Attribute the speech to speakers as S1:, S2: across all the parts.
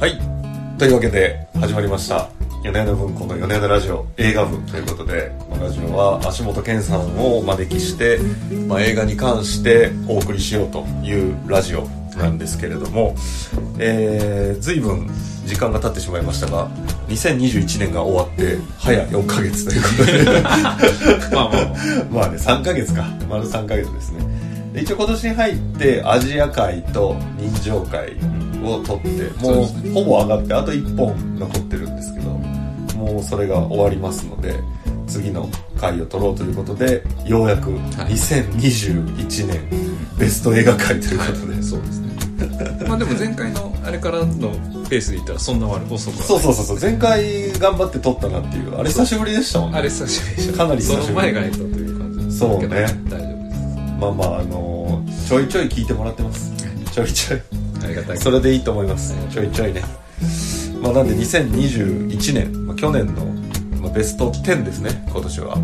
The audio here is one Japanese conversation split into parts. S1: はいというわけで始まりました米田文庫の米田ラジオ映画部ということでこのラジオは足元健さんをお招きして、まあ、映画に関してお送りしようというラジオなんですけれども、えー、随分時間が経ってしまいましたが2021年が終わって早4ヶ月ということで
S2: まあまあ ま
S1: まあね、3ヶ月か。丸3ヶ月ですね。で一応今年に入って、アジア会と人情会を取って、
S2: そう
S1: も
S2: で
S1: う
S2: す
S1: ほぼ上がって、あと1本残ってるんですけど、もうそれが終わりますので、次の回を取ろうということで、ようやく
S2: い
S1: 2021年ベスト映画会ということで。
S2: あそうですねまあでも前回のあれからのペースで言ったらそんな悪遅くは
S1: そうそうそうそう、前回頑張って撮ったなっていう、あれ久しぶりでしたもんね。
S2: あれ久しぶりでした
S1: かなり久しぶり
S2: その前がやったという感じですけど
S1: そうね
S2: 大丈夫で
S1: まあまあ、あのーちょいちょい聞いてもらってます。ちょいちょい。
S2: すありがたい
S1: それでいいと思いますちょいちょいね、まあ、なんで2021年、まあ、去年の、まあ、ベスト10ですね今年は
S2: はい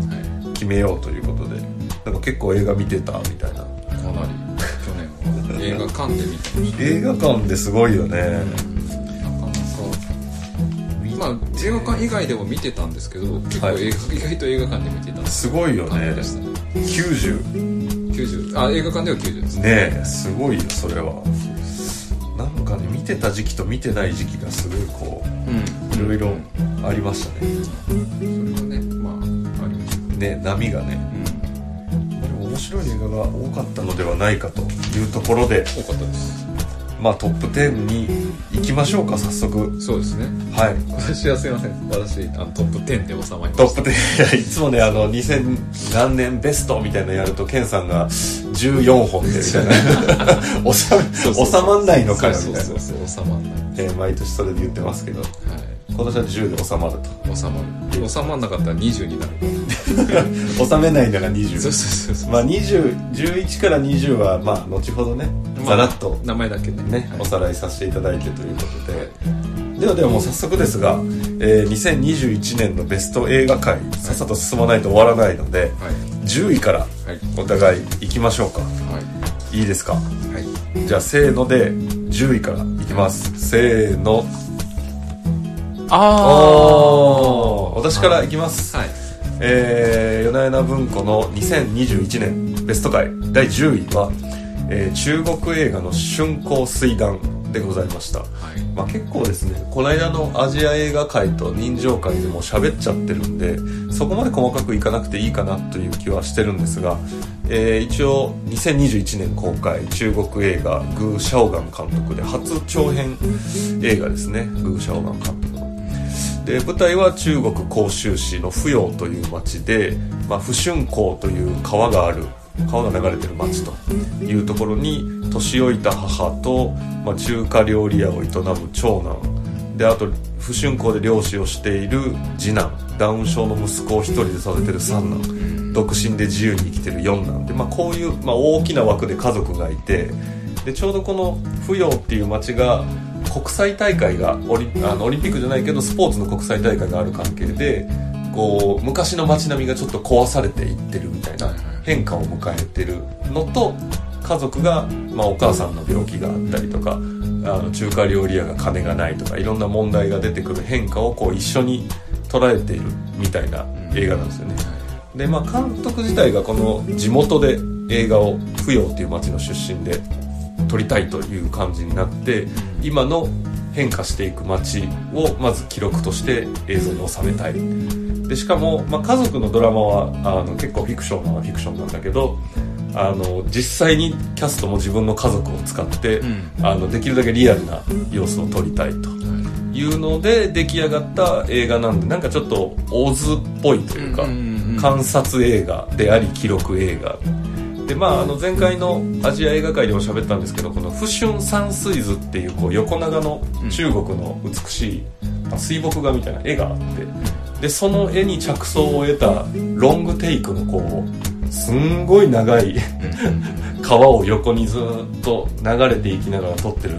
S1: 決めようということでなんか結構映画見てたみたいな
S2: かなり去年は映画館で見た
S1: 映画館ですごいよね
S2: なかなかまあ映画館以外でも見てたんですけど結構
S1: はい
S2: 映画、意外と映画館で見てた
S1: すごいよ
S2: 感
S1: ね
S2: じでしたね
S1: 90
S2: 90あ映画館では90です
S1: ねえすごいよそれはなんかね見てた時期と見てない時期がすごいこ
S2: うん
S1: ういろいろありましたね
S2: それはねまあありました
S1: ね波がねでも面白い映画が多かったのではないかというところで
S2: 多かったです
S1: まあ、トップ10に行きましょうか早速
S2: そうですね
S1: はい
S2: 私はすいません私あのトップ10で収まりま
S1: ト
S2: し
S1: ップ10いつもねあの2000何年ベストみたいなのやるとケンさんが14本でみたいな 収
S2: た
S1: め収まんないのかなみたい
S2: そう
S1: な
S2: そうそうそう収まんない
S1: えー毎年それで言ってますけど
S2: は
S1: 今年は10で収まる
S2: い収まる収まんなかったら20になる
S1: と収めないなら
S2: そう
S1: 20
S2: そうそうそう
S1: まあ2011から20はまあ後ほどね
S2: ま
S1: ざ
S2: あ
S1: らっと
S2: 名前だけね
S1: ね
S2: はい
S1: おさらいさせていただいてということで、ではではもう早速ですが、えー2021年のベスト映画界さっさと進まないと終わらないので、
S2: はい
S1: 10位から
S2: はい
S1: お互い行きましょうか
S2: はい
S1: いですか
S2: はい
S1: じゃあせーので10位からいきますせーのおー私からいきます、
S2: はい
S1: えー、夜な夜な文庫の2021年ベスト回第10位は、えー中国映画の春光水団でございました
S2: はい
S1: まあ、結構ですねこの間のアジア映画界と人情界でもう喋っちゃってるんでそこまで細かくいかなくていいかなという気はしてるんですが、えー一応2021年公開中国映画グー・シャオガン監督で初長編映画ですねグー・シャオガン監督の。で舞台は中国広州市の芙蓉という町で、まあ、不春港という川がある川が流れてる町というところに年老いた母と、まあ、中華料理屋を営む長男であと不春港で漁師をしている次男ダウン症の息子を一人で育てる三男独身で自由に生きてる四男で、まあ、こういう、まあ、大きな枠で家族がいてでちょうどこの芙蓉っていう町が国際大会がオリあのオリンピックじゃないけどスポーツの国際大会がある関係でこう昔の街並みがちょっと壊されていってるみたいな
S2: はいはい
S1: 変化を迎えてるのと家族が、まあ、お母さんの病気があったりとかあの中華料理屋が金がないとかいろんな問題が出てくる変化をこう一緒に捉えているみたいな映画なんですよね。でまあ、監督自体がこの地元で映画を扶養っていう町の出身で撮りたいという感じになって今の変化していく町をまず記録として映像に収めたいでしかも、まあ、家族のドラマはあの結構フィクションなのはフィクションなんだけどあの実際にキャストも自分の家族を使って、
S2: うん
S1: あのできるだけリアルな様子を撮りたいというので出来上がった映画なんでなんかちょっとオズっぽいというか、
S2: うんうんうん
S1: 観察映画であり記録映画でまああの前回のアジア映画界でも喋ったんですけどこの「不春山水図」っていうこう横長の中国の美しい、まあ水墨画みたいな絵があってでその絵に着想を得たロングテイクのこうすんごい長い川を横にずっと流れていきながら撮ってる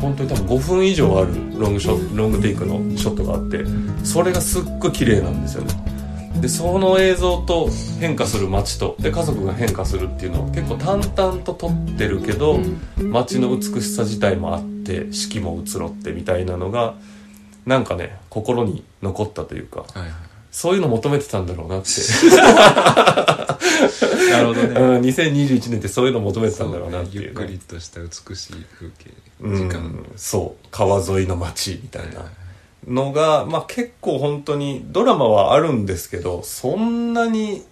S1: 本当に多分5分以上あるロングショットロングテイクのショットがあってそれがすっごい綺麗なんですよねでその映像と変化する街とで家族が変化するっていうのを結構淡々と撮ってるけど、街の美しさ自体もあっって四季も移ろってみたいなのがなんかね心に残ったというか
S2: はいは
S1: そういうの求めてたんだろうなって、
S2: い。なるほど
S1: う
S2: ね。
S1: ん、2021年ってそういうの求めてたんだろうなってい
S2: ゆっ
S1: う,、
S2: くりとした美しい風景、
S1: う
S2: 時
S1: ん
S2: 間。、
S1: そう川沿いの街みたいなのが、まあ、結構本当にドラマはあるんですけどそんなに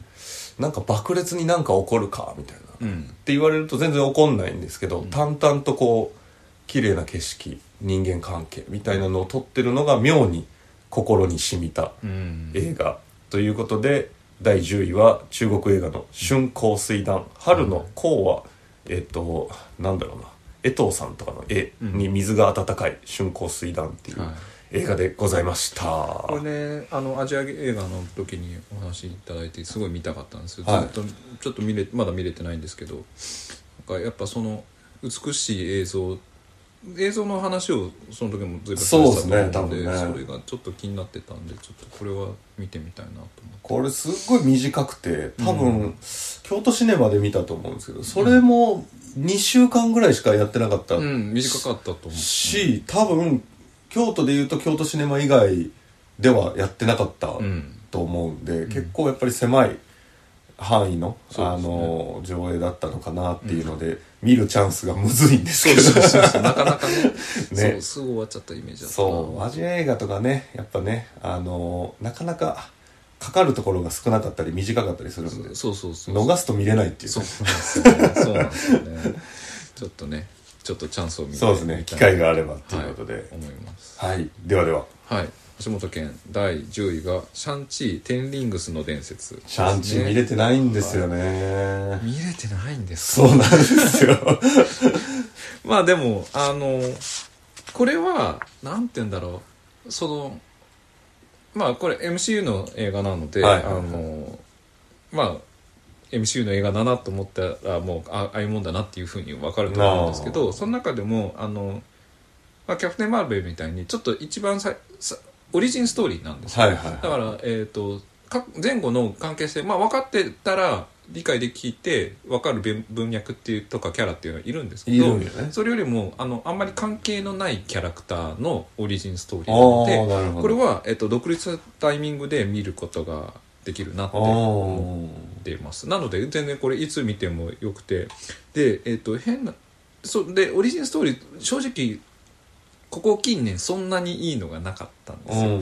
S1: なんか爆裂になんか起こるかみたいな
S2: うん。
S1: って言われると全然怒んないんですけど、淡々とこう綺麗な景色人間関係みたいなのを撮ってるのが妙に心に染みた
S2: うん。
S1: 映画ということで第10位は中国映画の「春光水団」春の光はえっとなんだろうな江藤さんとかの絵に水が温かい「春光水団」っていう
S2: はい
S1: 映画でございました
S2: これねあのアジア映画の時にお話いただいてすごい見たかったんですよ、
S1: はい
S2: ずっとちょっと見れまだ見れてないんですけどなんかやっぱその美しい映像映像の話をその時も随分
S1: そう
S2: さ
S1: で
S2: れ
S1: すね
S2: てたと思うんで
S1: 多分ね
S2: それがちょっと気になってたんでちょっとこれは見てみたいなと思って
S1: これすっごい短くて多分、
S2: う
S1: 京都シネマで見たと思うんですけどそれも2週間ぐらいしかやってなかった
S2: うん短かったと思う
S1: し、多分京都でいうと京都シネマ以外ではやってなかった
S2: うん
S1: と思うんで、結構やっぱり狭い範囲の,、
S2: そう
S1: あ
S2: ですね
S1: の上映だったのかなっていうので、見るチャンスがむずいんです
S2: そ
S1: け
S2: う
S1: ど
S2: そうそうそうなかなかねそう
S1: ね
S2: すぐ終わっちゃったイメージだったな
S1: そうアジア映画とかねやっぱねあのなかなかかかるところが少なかったり短かったりするんで
S2: そうそうそう
S1: 逃すと見れないっていう
S2: そうなんですよね。そうなんですよね。ちょっとね、ちょっとチャンスを見て
S1: そうですね
S2: み
S1: 機
S2: たい
S1: 会があればっていうこと
S2: はい
S1: で、
S2: 思います。
S1: はいではでは
S2: はい。橋本健第10位がシャンチー・テンリングスの伝説。
S1: シャンチー見れてないんですよね、
S2: 見れてないんです
S1: そうなんです よ
S2: まあでも、あの、これは、なんて言うんだろう。その、まあこれ MCU の映画なので、
S1: はい
S2: あの、まあ、MCU の映画だなと思ったらもうあああいうもんだなっていうふうに分かると思うんですけ
S1: あ
S2: ど
S1: ー
S2: その中でもあの、まあ、キャプテン・マーベルみたいにちょっと一番ささオリジンストーリーなんですよ、
S1: はいはい
S2: だから、えー、とか前後の関係性、まあ、分かってたら理解できて分かる文文脈っていうとかキャラっていうのはいるんですけど
S1: ね
S2: それよりもあのあんまり関係のないキャラクターのオリジンストーリー
S1: あ
S2: な
S1: あ
S2: ので
S1: なるほど
S2: これは、えっと、独立したタイミングで見ることができるなって思
S1: あ
S2: っていますなので全然これいつ見てもよくてで、えっと、変なそうでオリジンストーリー正直ここ近年そんなにいいのがなかったんで
S1: あ
S2: すよ、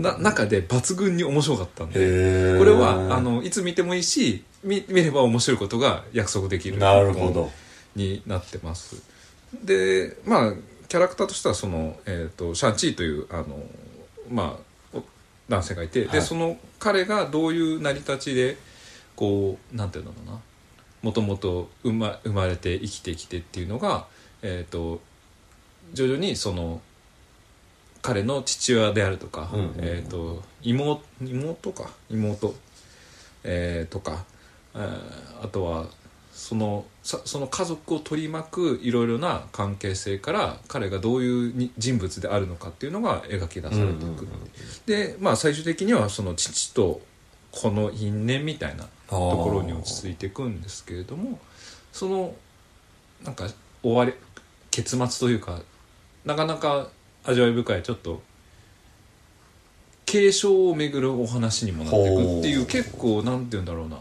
S2: な中で抜群に面白かったんで
S1: へえ
S2: これはあのいつ見てもいいし見見れば面白いことが約束できる
S1: なるほど
S2: になってますでまあキャラクターとしてはその、えー、とシャンチーというあの、まあ、お男性がいて、
S1: は
S2: で
S1: い
S2: その彼がどういう成り立ちでこうなんていうんだろうなもともと生ま生まれて生きてきてっていうのが、えー、と徐々にその彼の父親であるとか、
S1: うんうんうん
S2: えー、と妹妹か妹、えーとか、えーあとはそのさその家族を取り巻くいろいろな関係性から彼がどういうに人物であるのかっていうのが描き出されていく、
S1: うんうんうん
S2: で、まあ、最終的にはその父と子の因縁みたいな
S1: と
S2: ところに落ち着いていくんですけれどもそのなんか終わり結末というかなかなか味わい深いちょっと継承をめぐるお話にもなっていくってい
S1: ほ
S2: う
S1: う
S2: 結構なんて言うんだろうな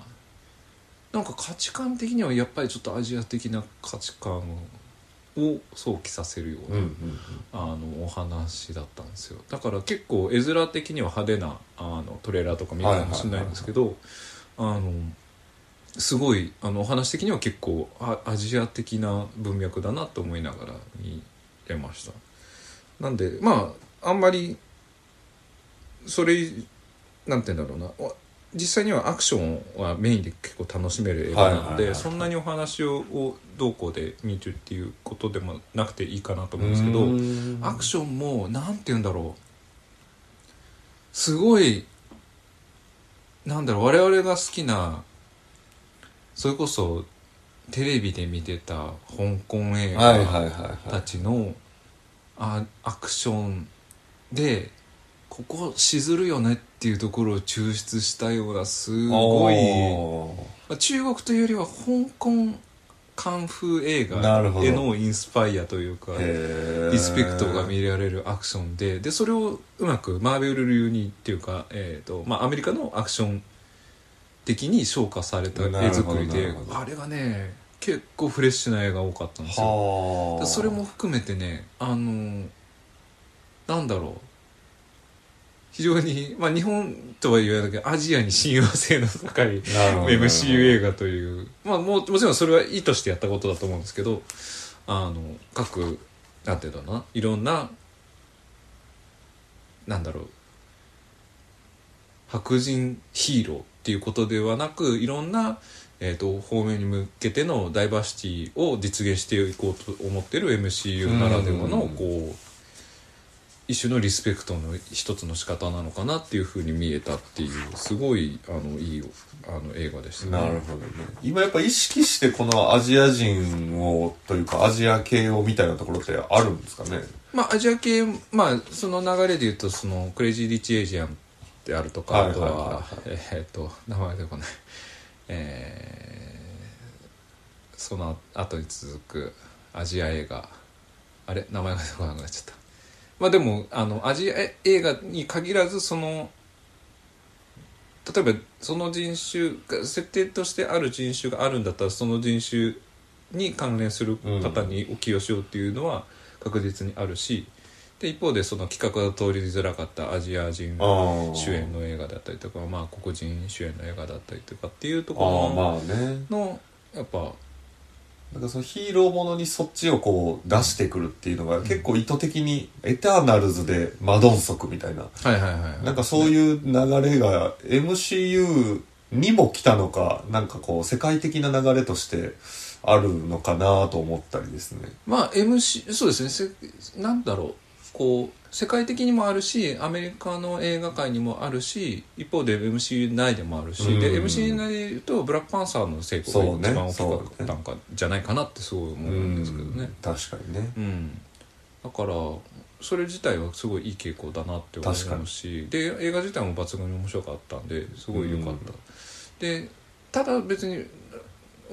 S2: なんか価値観的にはやっぱりちょっとアジア的な価値観を想起させるよう
S1: うん
S2: な、
S1: うんうん
S2: あのお話だったんですよだから結構絵面的には派手なあのトレーラーとか見るかもしれないんですけどあのすごいあのお話的には結構あアジア的な文脈だなと思いながら見れましたなんでまああんまりそれなんて言うんだろうなお実際にはアクションはメインで結構楽しめる映画な
S1: はい
S2: の
S1: はいはい
S2: でそんなにお話ををどうこうで見るっていうことでもなくていいかなと思うんですけど
S1: うん
S2: アクションもなんて言うんだろうすごいなんだろう我々が好きなそれこそテレビで見てた香港映
S1: はいはいはい
S2: 画
S1: は
S2: た
S1: い
S2: ちのあアクションでここしずるよねっていうところを抽出したようなすごい
S1: おー
S2: まあ中国というよりは香港カンフー映
S1: な
S2: 画
S1: るほど
S2: へのインスパイアというか
S1: リ
S2: リスペクトが見られるアクションででそれをうまくマーベル流にっていうか、えーとまあ、アメリカのアクション的に昇華された
S1: なる
S2: 絵
S1: ほど
S2: 作り
S1: な
S2: で
S1: るほど
S2: あれがね結構フレッシュな絵が多かったんですよ
S1: は
S2: で
S1: あ
S2: それも含めてねあのーなんだろう非常に、まあ、日本とは言わないけどアジアに親和性の高い
S1: なるほど
S2: MCU 映画という、まあ、もうもちろんそれは意図してやったことだと思うんですけどあの各なんていうのかないろんななんだろう白人ヒーローっていうことではなくいろんな、えー、と方面に向けてのダイバーシティを実現していこうと思ってる MCU ならではの
S1: うん
S2: こう一種のリスペクトの一つの仕方なのかなっていうふうに見えたっていうすごいあのいいあの映画でした
S1: なるほどね今やっぱ意識してこのアジア人をというかアジア系をみたいなところってあるんですかね
S2: まあ、アジア系、まあ、その流れで言うとそのクレイジー・リッチ・エイジアンであると
S1: はいはい
S2: かあ
S1: はい
S2: とは
S1: はい
S2: えーっと名前出てこないえーその後に続くアジア映画あれ名前が出てこなくなっちゃったまあでもあのアジア映画に限らずその例えばその人種が設定としてある人種があるんだったらその人種に関連する方にお寄与しようっていうのは確実にあるし、で一方でその企画が通りづらかったアジア人主
S1: 主
S2: 演の映画だったりとか、まあ、黒人主演の映画だったりとかっていうと
S1: あー
S2: こ
S1: まあね
S2: ろの,、やっぱ
S1: なんかそのヒーローものにそっちをこう出してくるっていうのが結構意図的にエターナルズでマドンソクみたいな
S2: はいはいはい
S1: なんかそういう流れが MCU にも来たのかなんかこう世界的な流れとしてあるのかなと思ったりですね
S2: まあ MC そうですねせなんだろうこう世界的にもあるしアメリカの映画界にもあるし一方で MCU 内でもあるし、
S1: う
S2: で
S1: ん
S2: MCU 内で言うとブラックパンサーの成功が一番大きかったんか、じゃないかなってすごい思うんですけど
S1: う
S2: ね
S1: ん確かにね
S2: うん、だからそれ自体はすごいいい傾向だなって思
S1: 確か
S2: う
S1: に
S2: しで映画自体も抜群に面白かったんですごい良かった、
S1: うん
S2: でただ別に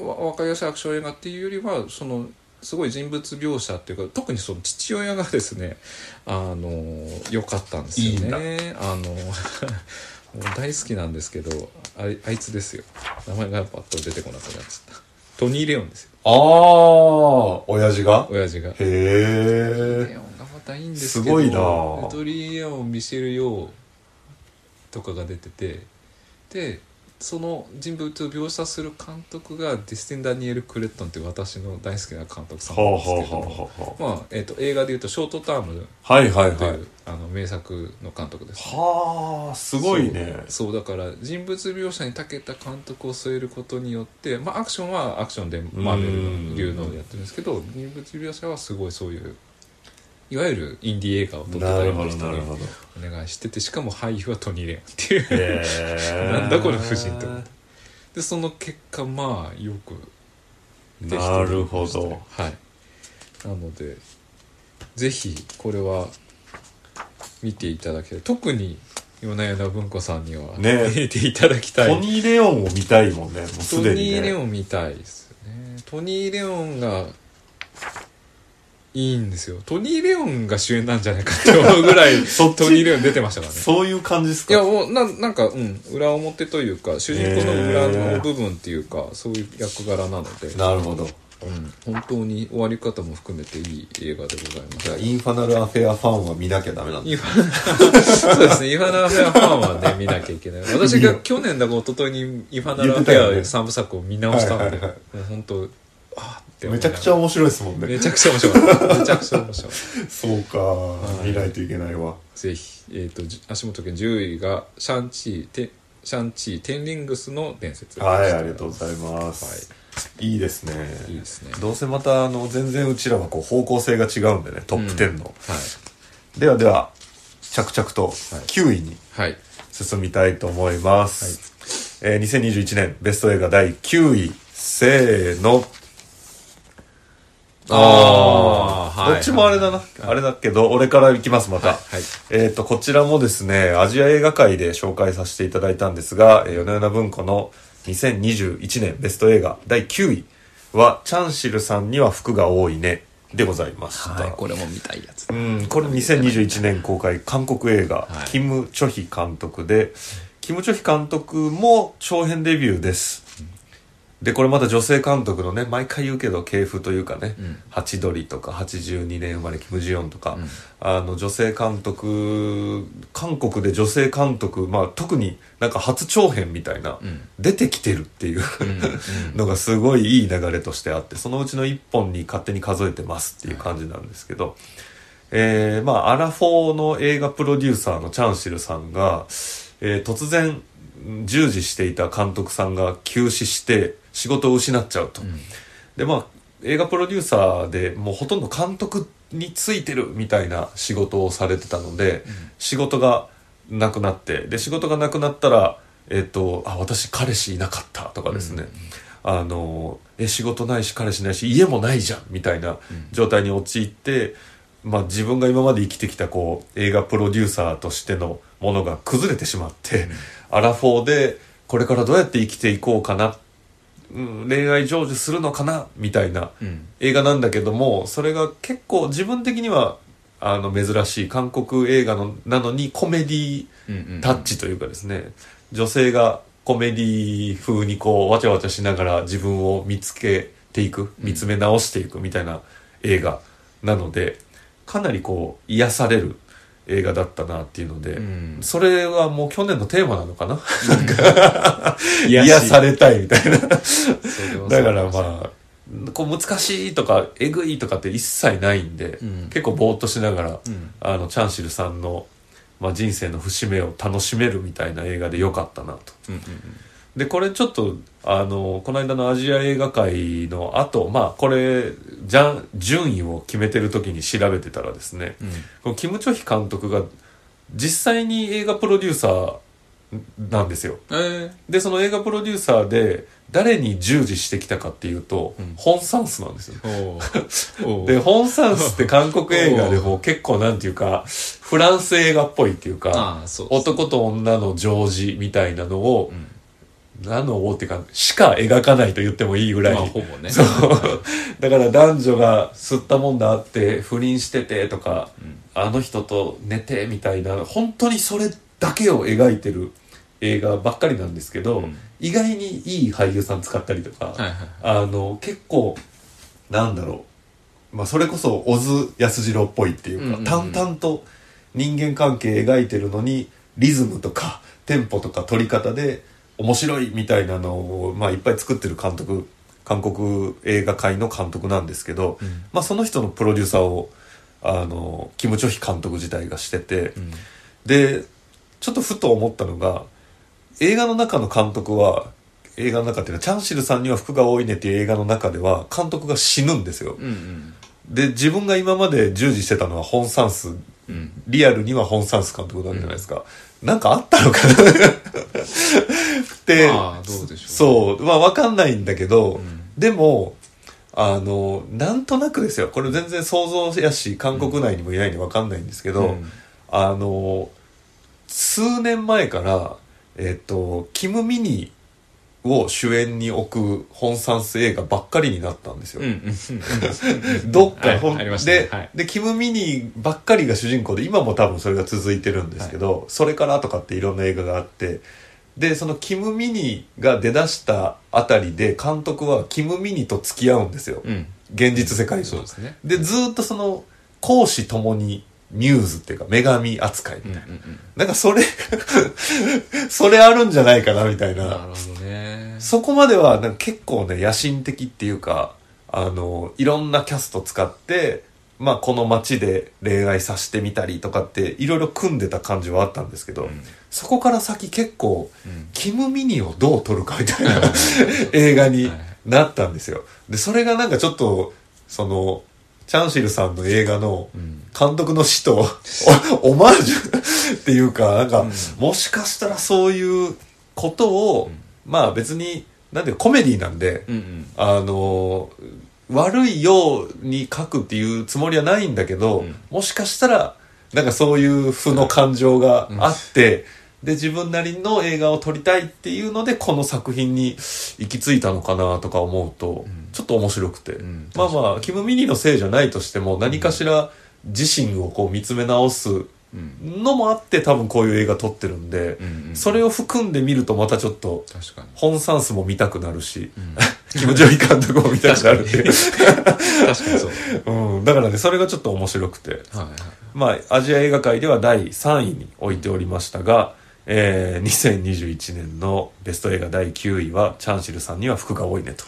S2: わ分かりやすいアクション映画っていうよりはそのすごい人物描写っていうか特にその父親がですねあの良かったんですよねあのもう大好きなんですけどあいあいつですよ名前がパッと出てこなくなっちゃったトニー・レオンですよ
S1: ああ親父が
S2: 親父が
S1: へえ
S2: レオンがまたいいんですけど
S1: すごいな
S2: エトリー・レオンミシェル・ヨーとかが出ててでその人物を描写する監督がディスティン・ダニエル・クレットンって私の大好きな監督さんなん
S1: は
S2: ですけど
S1: あはあはあは
S2: まあえー、と映画でいうと「ショートターム
S1: あはいはい」
S2: と、
S1: はいいう
S2: あの名作の監督です、
S1: はあすごいね
S2: そうそうだから人物描写に長けた監督を据えることによって、まあ、アクションはアクションでマーベル流のをやってるんですけど人物描写はすごいそういういわゆるインディー映画を撮ってた
S1: なる
S2: よう
S1: ほ
S2: な
S1: ど
S2: 人
S1: なる
S2: に
S1: ほど
S2: お願いしててしかも俳優はトニー・レオンっていう
S1: へえ
S2: なんだこの夫人と思ってでその結果まあよくできてました
S1: なるほど
S2: はいなのでぜひこれは見ていただきたい特に米米田文子さんには
S1: ね
S2: 見ていただきたい
S1: トニー・レオンを見たいもんねもう
S2: ト
S1: すでに、
S2: ニ
S1: ね、
S2: ー・レオンみたいですよねトニー・レオンがいいんですよトニー・レオンが主演なんじゃないかって思うぐら い
S1: そっち
S2: トニー・レオン出てましたからね
S1: そういう感じです
S2: い
S1: か
S2: やもうななんか、うん、裏表というか主人公の裏の部分っていうか、そういう役柄なので、
S1: なるほど
S2: うん、本当に終わり方も含めていい映画でございま
S1: じゃあ
S2: す
S1: インファナル・アフェアファンは見なきゃダメなん
S2: イン
S1: だ
S2: ファ そうですね、インファナラフェアファンはね、見なきゃいけない。私が去年だか一昨日にインファナラフ
S1: 言ってたよ
S2: ェ
S1: ね
S2: ア三部作を見直したんで、
S1: はいはいは
S2: もう本当、あーって思
S1: め
S2: い
S1: ち
S2: な
S1: ゃ
S2: が
S1: く
S2: ら
S1: ちゃ面白いですもんね
S2: めちゃくちゃ面白かった。めちゃくちゃ面白い。
S1: そうか、
S2: い
S1: 見ないといけないわ
S2: ぜひ、えっ、と、じ足元県10位が、シャンチー、テシャンチー、テンリングスの伝説。
S1: はいありがとうございます、い、いですね
S2: いいですね。
S1: どうせまたあの全然うちらはこう方向性が違うんでねトップ10の、
S2: はい。
S1: ではでは着々と9位に
S2: はい。
S1: 進みたいと思います、えー2021年ベスト映画第9位せーの
S2: あーはい
S1: どっちもあれだな、あれだけど俺からいきますまた、
S2: はい
S1: えっ、とこちらもですねアジア映画界で紹介させていただいたんですが、えー、米米文庫の2021年ベスト映画第9位はチャンシルさんには服が多いねでございました、
S2: はい、これも見たいやつ
S1: うん、これ2021年公開韓国映画、
S2: はい
S1: キム・チョヒ監督でキム・チョヒ監督も長編デビューですでこれまた女性監督のね毎回言うけど系譜というかね
S2: うん
S1: 「ハチドリ」とか「82年生まれキム・ジヨン」とか、
S2: うん
S1: あの女性監督韓国で女性監督、まあ、特になんか初長編みたいな、
S2: うん
S1: 出てきてるっていう
S2: うんうん
S1: のがすごいいい流れとしてあってそのうちの1本に勝手に数えてますっていう感じなんですけど、えーまあ、アラフォーの映画プロデューサーのチャンシルさんが、えー突然従事していた監督さんが急死して仕事を失っちゃうと。
S2: うん
S1: でまあ映画プロデューサーでもうほとんど監督についてるみたいな仕事をされてたので、仕事がなくなってで仕事がなくなったら「えっとあ私彼氏いなかった」とかですね、あのえ仕事ないし彼氏ないし家もないじゃんみたいな状態に陥って、まあ、自分が今まで生きてきたこう映画プロデューサーとしてのものが崩れてしまって、アラフォーでこれからどうやって生きていこうかな、うん、恋愛成就するのかなみたいな
S2: うん
S1: 映画なんだけどもそれが結構自分的にはあの珍しい韓国映画のなのにコメディ
S2: うんうん
S1: タッチというかですね女性がコメディ風にこうわちゃわちゃしながら自分を見つけていく見つめ直していくみたいな映画なのでかなりこう癒される映画だったなっていうので、
S2: うん
S1: それはもう去年のテーマなのかな
S2: 癒
S1: 癒
S2: し
S1: されたいみたいな
S2: それはそう
S1: だからまあこう難しいとかえぐいとかって一切ないんで、
S2: うん
S1: 結構ぼーっとしながら、
S2: うん
S1: あのチャンシルさんの、まあ、人生の節目を楽しめるみたいな映画で良かったなと。
S2: うんうん
S1: でこれちょっとあのこの間のアジア映画界の後まあこれじゃん順位を決めてる時に調べてたらですね、
S2: うん
S1: このキム・チョヒ監督が実際に映画プロデューサーなんですよ。
S2: え
S1: でその映画プロデューサーで誰に従事してきたかっていうと、
S2: うん
S1: ホン・サンスなんですよ
S2: ーおーおー
S1: でホン・サンスって韓国映画でも結構なんていうかフランス映画っぽいっていうか
S2: ああそうそう
S1: 男と女のジョージみたいなのを
S2: う、ん
S1: 何のをっていうかしか描かないと言ってもいいぐらい、
S2: まあほぼね
S1: そうだから男女が吸ったもんだあって不倫しててとか、
S2: うん
S1: あの人と寝てみたいな本当にそれだけを描いてる映画ばっかりなんですけど、
S2: うん
S1: 意外にいい俳優さん使ったりとか、
S2: はいはい
S1: あの結構なんだろう、まあ、それこそ小津安二郎っぽいっていうか、
S2: うんうんうん
S1: 淡々と人間関係描いてるのにリズムとかテンポとか取り方で面白いみたいなのを、まあ、いっぱい作ってる監督韓国映画界の監督なんですけど、
S2: うん
S1: まあ、その人のプロデューサーをあのキム・チョヒ監督自体がしてて。
S2: うん
S1: でちょっとふと思ったのが映画の中の監督は映画の中っていうかチャンシルさんには服が多いねっていう映画の中では監督が死ぬんですよ
S2: うん
S1: で自分が今まで従事してたのはホン・サンス
S2: うんうん
S1: リアルにはホン・サンス監督なんじゃないですか、なんかあったのかな って
S2: ああどうでしょう
S1: そうまあ分かんないんだけど、
S2: うん
S1: でもあのなんとなくですよこれ全然想像やし韓国内にもいないんで分かんないんですけど、
S2: うん
S1: あの数年前から、えっとキム・ミニを主演に置く本産ス映画ばっかりになったんですよ。
S2: うんうんうん
S1: どっ
S2: は
S1: か、
S2: い
S1: ほん
S2: ありましたね
S1: で、
S2: はい
S1: で、キム・ミニばっかりが主人公で、今も多分それが続いてるんですけど、それからとかっていろんな映画があって、で、そのキム・ミニが出だしたあたりで、監督はキム・ミニと付き合うんですよ。
S2: うん
S1: 現実世界
S2: そう
S1: と
S2: で。すね
S1: で、ずーっとその、公私ともにミューズっていうか、女神扱いみた
S2: う
S1: い
S2: んう
S1: な。
S2: んうん
S1: なんかそれ、 それあるんじゃないかなみたいな。
S2: なるほどね
S1: そこまではなんか結構ね野心的っていうかあのいろんなキャスト使って、まあ、この街で恋愛させてみたりとかっていろいろ組んでた感じはあったんですけど、
S2: うん
S1: そこから先結構
S2: うん
S1: キム・ミニをどう撮るかみたいな 映画になったんですよ。でそれがなんかちょっとそのチャンシルさんの映画の
S2: うん
S1: 監督の死と おオマージュっていうかなんか、
S2: うん
S1: もしかしたらそういうことを、
S2: うん
S1: まあ別になんでコメディなんで、
S2: うんうん
S1: あの悪いように書くっていうつもりはないんだけど、
S2: うん
S1: もしかしたらなんかそういう負の感情があって、で自分なりの映画を撮りたいっていうのでこの作品に行き着いたのかなとか思うと、
S2: うん
S1: ちょっと面白くて、
S2: ん
S1: まあまあキム・ミニのせいじゃないとしても何かしら自身をこう見つめ直す
S2: うん
S1: のもあって多分こういう映画撮ってるんで
S2: う、んうん
S1: それを含んで見るとまたちょっと
S2: 確かに
S1: ホン・サンスも見たくなるし、
S2: うん
S1: キム・ジョイ監督も見たくなるっていう、
S2: 確かにそう
S1: うん、だからねそれがちょっと面白くて
S2: はいはい
S1: まあ、アジア映画界では第3位に置いておりましたが、えー、2021年のベスト映画第9位はチャンシルさんには服が多いねと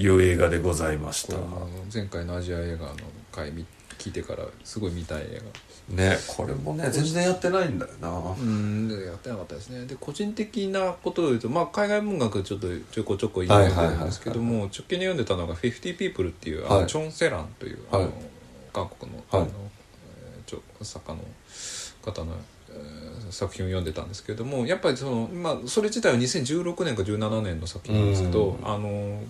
S1: いう映画でございまし
S2: こ
S1: た
S2: れもあの前回のアジア映画の回見聞いてからすごい見たい映画
S1: ねこれもね全然やってないんだよな
S2: うんやってなかったですねで個人的なことで言うと、まあ、海外文学ちょっとちょこちょこ読んでるんですけども、直近で読んでたのが「50 People」っていう、あ
S1: はい
S2: のチョン・セランという、
S1: はい
S2: あの韓国の,、
S1: はい
S2: あのえーちょ作家の方の、えー作品を読んでたんですけどもやっぱりその、まあ、それ自体は2016年か17年の作品なんですけど、
S1: う
S2: あの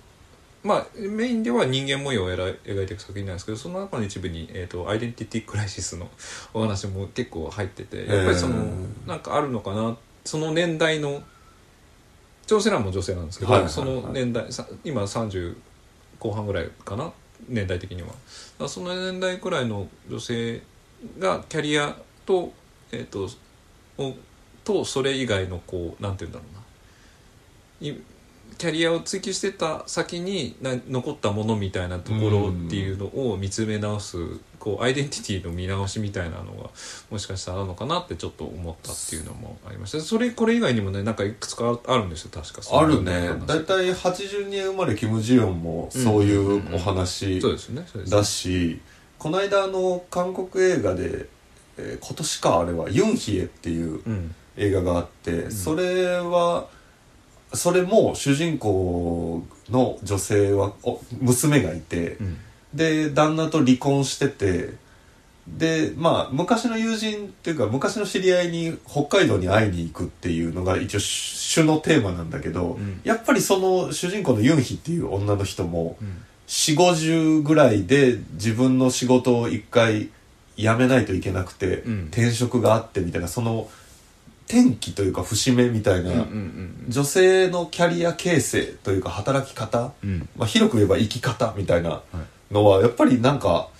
S2: まあ、メインでは人間模様を描い描いていく作品なんですけどその中の一部に、えーと「アイデンティティ・クライシス」のお話も結構入っててやっぱりその、
S1: えー
S2: なんかあるのかなその年代の長世蘭も女性なんですけど、
S1: はいはいはい
S2: その年代さ今30後半ぐらいかな年代的にはだからその年代くらいの女性がキャリアと,、えー、とをとそれ以外のこうなんて言うんだろうないキャリアを追求してた先にな残ったものみたいなところっていうのを見つめ直すこうアイデンティティの見直しみたいなのがもしかしたらあるのかなってちょっと思ったっていうのもありましたそれこれ以外にもねなんかいくつかあるんですよ確か
S1: あるね
S2: そういう話
S1: 大体82年生まれキム・ジヨンもそういうお話
S2: そうですよねそうです
S1: だしこの間あの韓国映画で、えー今年かあれは「ユンヒエ」っていう
S2: うん
S1: 映画があって、
S2: ん
S1: それはそれも主人公の女性はお娘がいて、
S2: うん
S1: で旦那と離婚しててでまあ昔の友人っていうか昔の知り合いに北海道に会いに行くっていうのが一応主のテーマなんだけど、
S2: うん
S1: やっぱりその主人公のユンヒっていう女の人も
S2: うん
S1: 4 5 0ぐらいで自分の仕事を一回辞めないといけなくて、
S2: うん
S1: 転職があってみたいなその転機というか節目みたいな、
S2: うんうん
S1: 女性のキャリア形成というか働き方、
S2: うんうん
S1: まあ、広く言えば生き方みたいな
S2: はい
S1: のはやっぱりなんか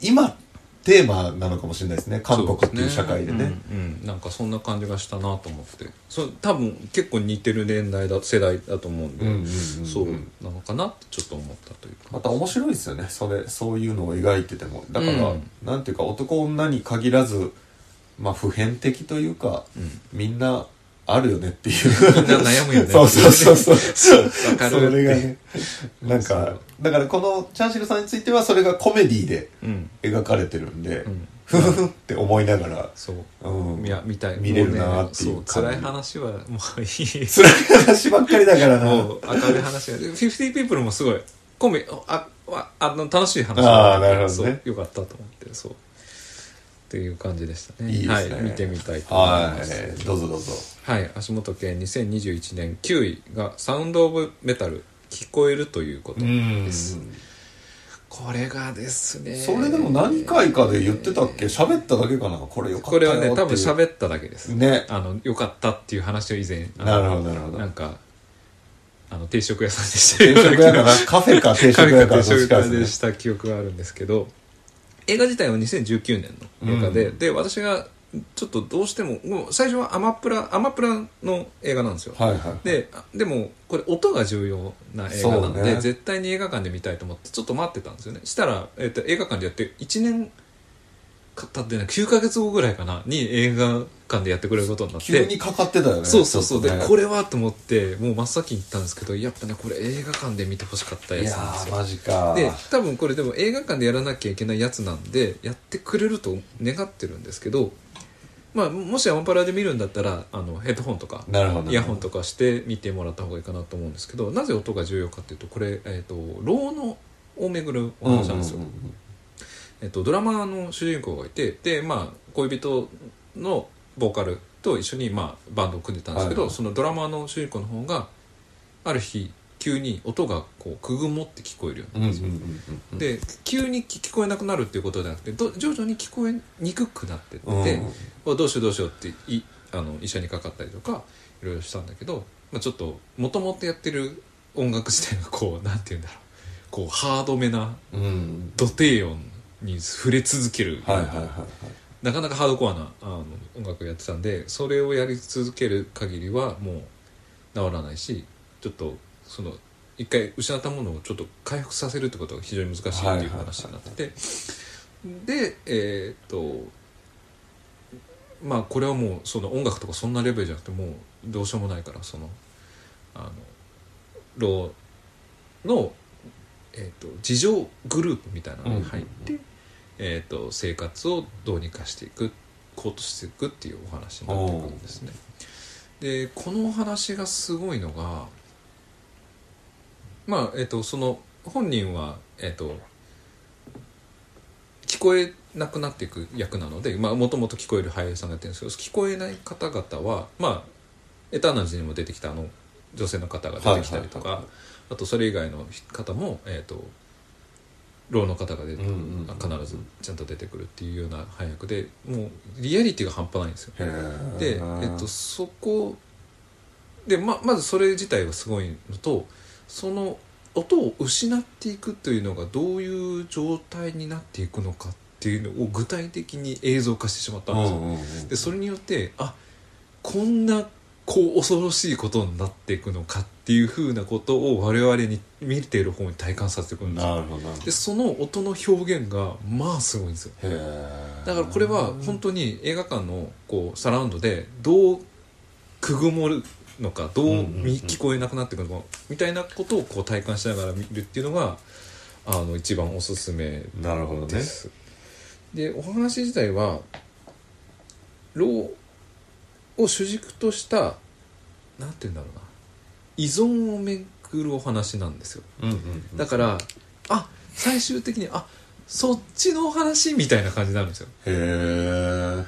S1: 今テーマなのかもしれないですね韓国っていう社会でね。
S2: そうすうんうんなんかそんな感じがしたなと思ってそう多分結構似てる年代だ世代だと思うんで、
S1: うんうんうんうん
S2: そうなのかなってちょっと思ったという か
S1: また面白いですよねそれそういうのを描いててもだから、
S2: うん
S1: なんていうか男女に限らず、まあ、普遍的というか、
S2: うん
S1: みんなあるよね っていう
S2: みんな悩むよね
S1: そうそうそうそう
S2: わかる
S1: それがねなん
S2: そ
S1: か
S2: う
S1: だからこのチャンシルさんについてはそれがコメディで
S2: うん
S1: 描かれてるんで
S2: うん
S1: ふふふって思いながら、
S2: そう
S1: うん、
S2: いや見たい
S1: 見れるなーっていう
S2: もね
S1: 感
S2: そ
S1: じ
S2: 辛い話はもういい
S1: 辛い話ばっかりだからな
S2: もう明るい話が50 people もすごいコメあああの楽しい話
S1: あーなるほどね
S2: そうよかったと思ってそうっていう感じでしたね
S1: いいですね
S2: はい、見てみたいと思い
S1: は
S2: ます
S1: いどうぞどうぞ
S2: はい、足元系2021年9位が「サウンド・オブ・メタル」聞こえるというこ
S1: う
S2: と
S1: ん
S2: ですこれがですね
S1: それでも何回かで言ってたっけ喋っただけかなこれよかった
S2: こ
S1: よ
S2: れはね多分
S1: っていう
S2: 喋っただけです
S1: ね
S2: あのよかったっていう話を以前あの
S1: なるほどなるほど
S2: なんかあの定食屋さんでした
S1: 定
S2: よ
S1: 食屋かなカフェか定食
S2: 神
S1: 屋
S2: が
S1: か
S2: 定
S1: どっ
S2: 食
S1: ちか
S2: 屋
S1: で
S2: です
S1: ね
S2: した記憶があるんですけど映画自体は2019年の映画で、
S1: う
S2: で私がちょっとどうしてももう最初はアマプラアマプラの映画なんですよ、
S1: はいはい
S2: であでもこれ音が重要な映画なの
S1: そう
S2: で、
S1: ね
S2: 絶対に映画館で見たいと思ってちょっと待ってたんですよねしたら、えっと映画館でやって1年経ってない9ヶ月後ぐらいかなに映画館でやってくれることになって
S1: 急にかかってたよね
S2: そうそうそう
S1: ちょっ
S2: で
S1: とね
S2: これはと思ってもう真っ先に行ったんですけどやっぱねこれ映画館で見てほしかった
S1: い
S2: や
S1: や
S2: つなんです
S1: ー
S2: よ
S1: マジか
S2: で多分これでも映画館でやらなきゃいけないやつなんでやってくれると願ってるんですけど、まあ、もしアマパラで見るんだったらあのヘッドホンとか
S1: なるほど
S2: イヤホンとかして見てもらった方がいいかなと思うんですけどなぜ音が重要かっていうとこれ、えー、と老能を巡るお話なんですよ、
S1: うううん
S2: えっと、ドラマーの主人公がいてで、まあ、恋人のボーカルと一緒に、まあ、バンドを組んでたんですけど、
S1: はいはい
S2: そのドラマーの主人公の方がある日急に音がこうくぐもって聞こえるよう
S1: う
S2: に
S1: んう
S2: なんる
S1: う
S2: んですよ、
S1: んうん
S2: で急に聞聞こえなくなるっていうことじゃなくてど徐々に聞こえにくくなってって、
S1: うん
S2: おどうしようどうしようっていあの医者にかかったりとかいろいろしたんだけど、まあ、ちょっともともとやってる音楽自体がこうなんて言うんだろうこうハードめな
S1: うん
S2: 土低音に触れ続けるような、
S1: はいはいはいはい
S2: なかなかハードコアなあの音楽をやってたんでそれをやり続ける限りはもう治らないしちょっとその一回失ったものをちょっと回復させるってことが非常に難しいっていう話になっててでえーっとまあこれはもうその音楽とかそんなレベルじゃなくてもうどうしようもないからそのあのローの、えー、と自助グループみたいなのに入って、えー、と生活をどうにかしていくこうとしていくっていうお話になってくるんですね。でこのお話がすごいのがまあえっ、とその本人はえっ、と聞こえなくなっていく役なのでもともと聞こえる俳優さんがやってるんですけど聞こえない方々はまあエターナジーにも出てきたあの女性の方が出てきたりとか、
S1: はいはい
S2: あとそれ以外の方もえっ、と老の方が出て、
S1: うんうんうん
S2: 必ずちゃんと出てくるっていうような配役でもうリアリティが半端ないんですよ。
S1: へー
S2: で、えっと、そこでままずそれ自体がすごいのとその音を失っていくというのがどういう状態になっていくのかっていうのを具体的に映像化してしまった
S1: うん
S2: ですよ。
S1: んうん
S2: でそれによってあこんなこう恐ろしいことになっていくのかっていうふうなことを我々に見ている方に体感させてくるんですよ
S1: なるほどなるほ
S2: で
S1: ど
S2: その音の表現がまあすごいんですよ
S1: へー
S2: だからこれは本当に映画館のこうサラウンドでどうくぐもるのかどう
S1: うんうんうん
S2: み聞こえなくなってくるのかみたいなことをこう体感しながら見るっていうのがあの一番おすすめ
S1: なるほど
S2: で
S1: ね
S2: す。でお話自体は老を主軸としたなんて言うんだろうな依存をめぐるお話なんですよ。
S1: うんうん
S2: だから、あ最終的にあそっちのお話みたいな感じになるんですよ。
S1: へえ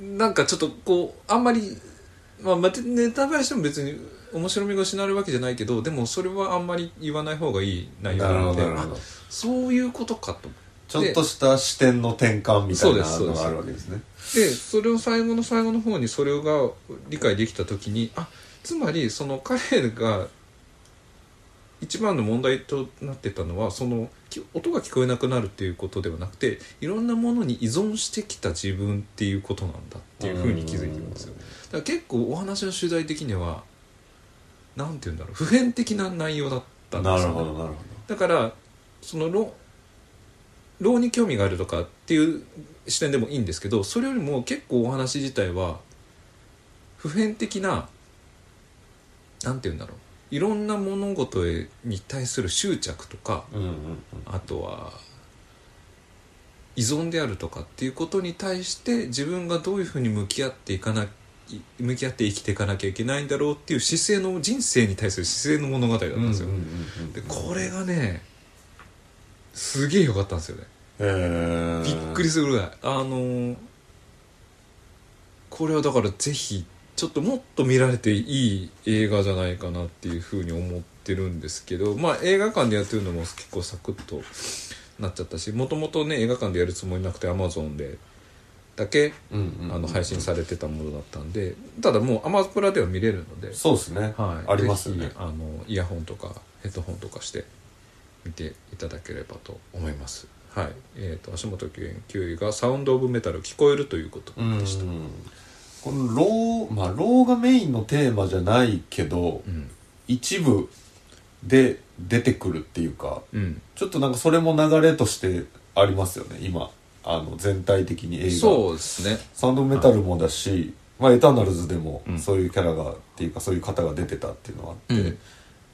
S2: なんかちょっとこうあんまり、まあ、まあネタバレしても別に面白みが失われるわけじゃないけどでもそれはあんまり言わない方がいい内容
S1: なる
S2: な
S1: ほ
S2: ので
S1: どなるほ
S2: あ
S1: ど
S2: そういうことかと思って
S1: ちょっとした視点の転換みたいなのがあるわけですね
S2: でそれを最後の最後の方にそれが理解できた時にあつまりその彼が一番の問題となってたのはそのき音が聞こえなくなるっていうことではなくていろんなものに依存してきた自分っていうことなんだっていうふうに気づいてるんですよ。だから結構お話の主題的にはなんて言うんだろう普遍的な内容だったん
S1: な
S2: です
S1: る
S2: よ、ね、
S1: ほどなるほ
S2: だからその老老に興味があるとかっていう視点でもいいんですけどそれよりも結構お話自体は普遍的ななんて言うんだろういろんな物事へに対する執着とか
S1: どうんうん
S2: あとは依存であるとかっていうことに対して自分がどういうふうに向き合っていかない向き合って生きていかなきゃいけないんだろうっていう姿勢の人生に対する姿勢の物語だった
S1: うんん
S2: ですよ。
S1: うんうん
S2: でこれがねすげえ良かったんですよね
S1: へー
S2: びっくりするぐらいあのーこれはだからぜひちょっともっと見られていい映画じゃないかなっていうふうに思ってるんですけどまあ映画館でやってるのも結構サクッとなっちゃったしもともとね映画館でやるつもりなくて Amazon でだけ
S1: うんうん
S2: あの配信されてたものだったんでただもう Amazon プラでは見れるので
S1: そうですね
S2: はい、
S1: ありますよ
S2: ぜ
S1: ね
S2: ひあのイヤホンとかヘッドホンとかして見ていただければと思いますはいえー、と足元研究員が「サウンド・オブ・メタル聞こえる」ということ
S1: うん
S2: でしたうん、
S1: この老まあ老がメインのテーマじゃないけど
S2: うん
S1: 一部で出てくるっていうかちょっとなんかそれも流れとしてありますよね今あの全体的に映画
S2: そうですね
S1: サウンドメタルもだし、まあ、エターナルズでも
S2: うん
S1: そういうキャラがっていうかそういう方が出てたっていうのはあって、
S2: うん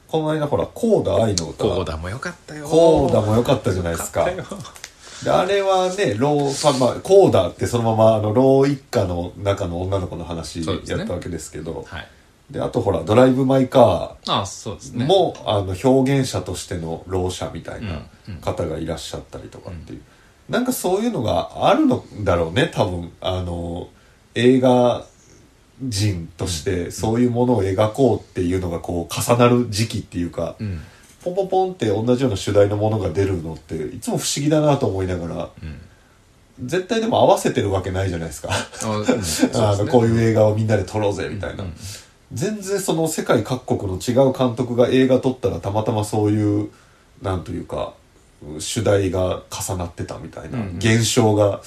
S1: この間ほら「コーダ愛の歌」
S2: コーダもよかったよ
S1: コーダも良かったじゃないですか
S2: よかったよ
S1: であれはねローさん、まあ、コーダってそのままあのロー一家の中の女の子の話
S2: そうですね
S1: やったわけですけどで,、
S2: はい
S1: あとほら「ドライブ・マイ・カ
S2: あそうです
S1: ー
S2: ね
S1: も」あの表現者としてのろう者みたいな
S2: うんうん
S1: 方がいらっしゃったりとかっていう、なんかそういうのがあるのだろうね多分あの映画人としてそういうものを描こうっていうのがこう重なる時期っていうか、
S2: うん
S1: ポンポンポンって同じような主題のものが出るのっていつも不思議だなと思いながら
S2: うん
S1: 絶対でも合わせてるわけないじゃないですか あのこういう映画をみんなで撮ろうぜみたいな、
S2: うんうん
S1: 全然その世界各国の違う監督が映画撮ったらたまたまそういうなんというかうん主題が重なってたみたいな
S2: うんうん
S1: 現象が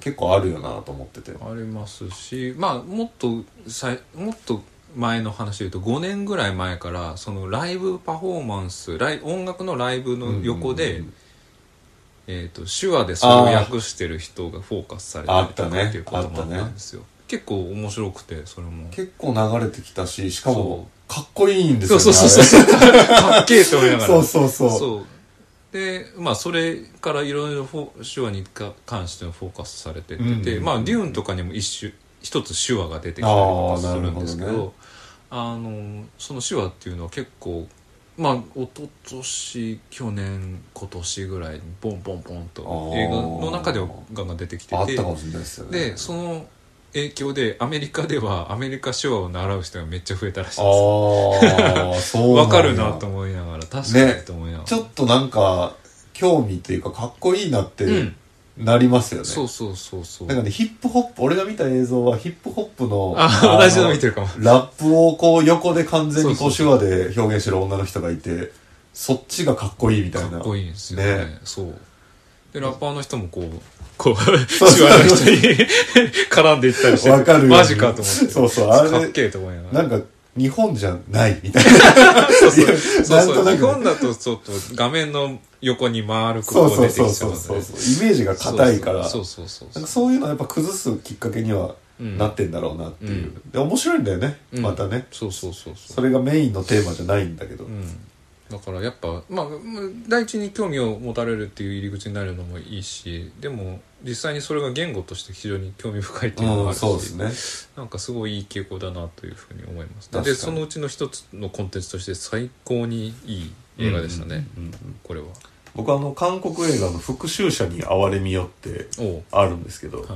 S1: 結構あるよなと思ってて、
S2: ありますしまあもっとさいもっと前の話で言うと5年ぐらい前からそのライブパフォーマンスライ音楽のライブの横で、
S1: うんうんうん
S2: えー、と手話でそれを訳してる人がフォーカスされたりと
S1: あーあった
S2: か
S1: ね
S2: っていうこともあっ
S1: あった
S2: た
S1: ね
S2: んですよ、結構面白くてそれも
S1: 結構流れてきたししかも
S2: そ
S1: かっこいいんです
S2: そ
S1: よ
S2: う
S1: ね
S2: そうそう そうかっけえって思いな
S1: あ
S2: が
S1: れ
S2: ら
S1: そうそうそう
S2: そうでまあそれからいろいろフォ手話にか関してのフォーカスされてって
S1: うんうん
S2: て、
S1: うん
S2: まあデューンとかにも一種一つ手話が出てきたりと
S1: あ
S2: か
S1: ー
S2: するんですけど
S1: なるほど
S2: あのその手話っていうのは結構まあ一昨年去年今年ぐらいにボンボンボン
S1: あ
S2: と
S1: ー
S2: 映画の中ではガンガン出てきて
S1: あった
S2: て
S1: かもしれないですよね
S2: でその影響でアメリカではアメリカ手話を習う人がめっちゃ増えたらしいです
S1: ああそうなんや
S2: わかるなと思いながら確かにと思いながら、
S1: ちょっとなんか興味というかかっこいいなっ
S2: う
S1: て
S2: ん
S1: なりますよね、
S2: そうそうそうそう。
S1: なんかねヒップホップ俺が見た映像はヒップホップの
S2: あ、同じの見て
S1: る
S2: るかも。
S1: ラップをこう横で完全にこう手
S2: そ
S1: 話で表現してる女の人がいてそっちがかっこいいみたいな
S2: かっこいいんですよね。
S1: ね
S2: そう。で、ラッパーの人もこ う、こう、
S1: う
S2: 手話の人に 絡んでいったりして、
S1: わかるよ
S2: マジかと思って。
S1: そうそうあれ
S2: かっけえと思いながら。
S1: なんか日本じゃないみたいな
S2: そうそう
S1: いや
S2: そうそう
S1: なん
S2: 日
S1: となく
S2: 本だとちょっと画面の横に丸くこう出てきちゃうので。
S1: そうイメージが硬いから
S2: そうそうそう
S1: な
S2: そ
S1: ん
S2: う
S1: か。そういうのはやっぱ崩すきっかけには
S2: うん
S1: なってんだろうなっていう、
S2: う
S1: で面白いんだよね、
S2: うん
S1: またね
S2: そうそうそうそう。
S1: それがメインのテーマじゃないんだけど、
S2: うん、だからやっぱ、まあ、第一に興味を持たれるっていう入り口になるのもいいしでも実際にそれが言語として非常に興味深いっていうのが
S1: う
S2: あ
S1: ん、
S2: るし、
S1: そうですね
S2: なんかすごいいい傾向だなというふうに思います
S1: 確か
S2: で
S1: に
S2: そのうちの一つのコンテンツとして最高にいい映画でしたね、
S1: うんうんうん
S2: これは
S1: 僕あの韓国映画の「復讐者に哀れみよ」って
S2: おう
S1: あるんですけど、
S2: はい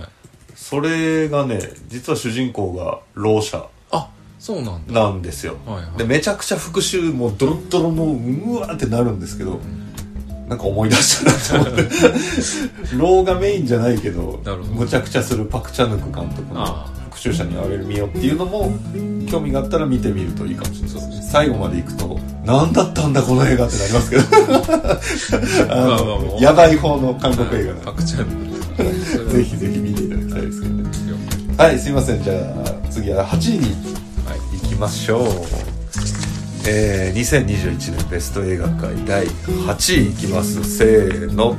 S1: それがね実は主人公が老者
S2: あそうなんだ
S1: なんですよ、
S2: はいはい
S1: でめちゃくちゃ復讐もうドロッドロのうわーってなるんですけど、
S2: ん
S1: なんか思い出したなと思って 老がメインじゃないけど
S2: なるほど
S1: むちゃくちゃするパク・チャヌク監督の
S2: ああ
S1: 「復讐者にあげるみよ」っていうのも興味があったら見てみるといいかもしれないですね最後まで行くと何だったんだこの映画ってなりますけどあ
S2: まあまあま
S1: の
S2: あ
S1: やばい方の韓国映画な
S2: パ
S1: ん
S2: クチ ャン
S1: でぜひぜひ見ていただきたいですけどね
S2: ひよ
S1: はいすいませんじゃあ次は8位に
S2: はい
S1: 行きましょう、えー、2021年ベスト映画界第8位いきますせーの